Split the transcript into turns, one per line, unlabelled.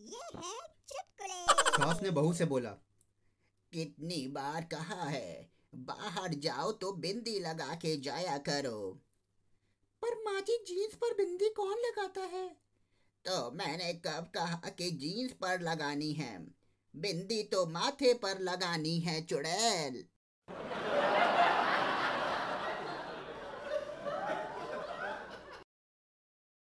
ये है चुटकुले
सास ने बहू से बोला
कितनी बार कहा है बाहर जाओ तो बिंदी लगा के जाया करो पर माँ जी जीन्स पर बिंदी कौन लगाता है तो मैंने कब कहा कि जीन्स पर लगानी है बिंदी तो माथे पर लगानी है चुड़ैल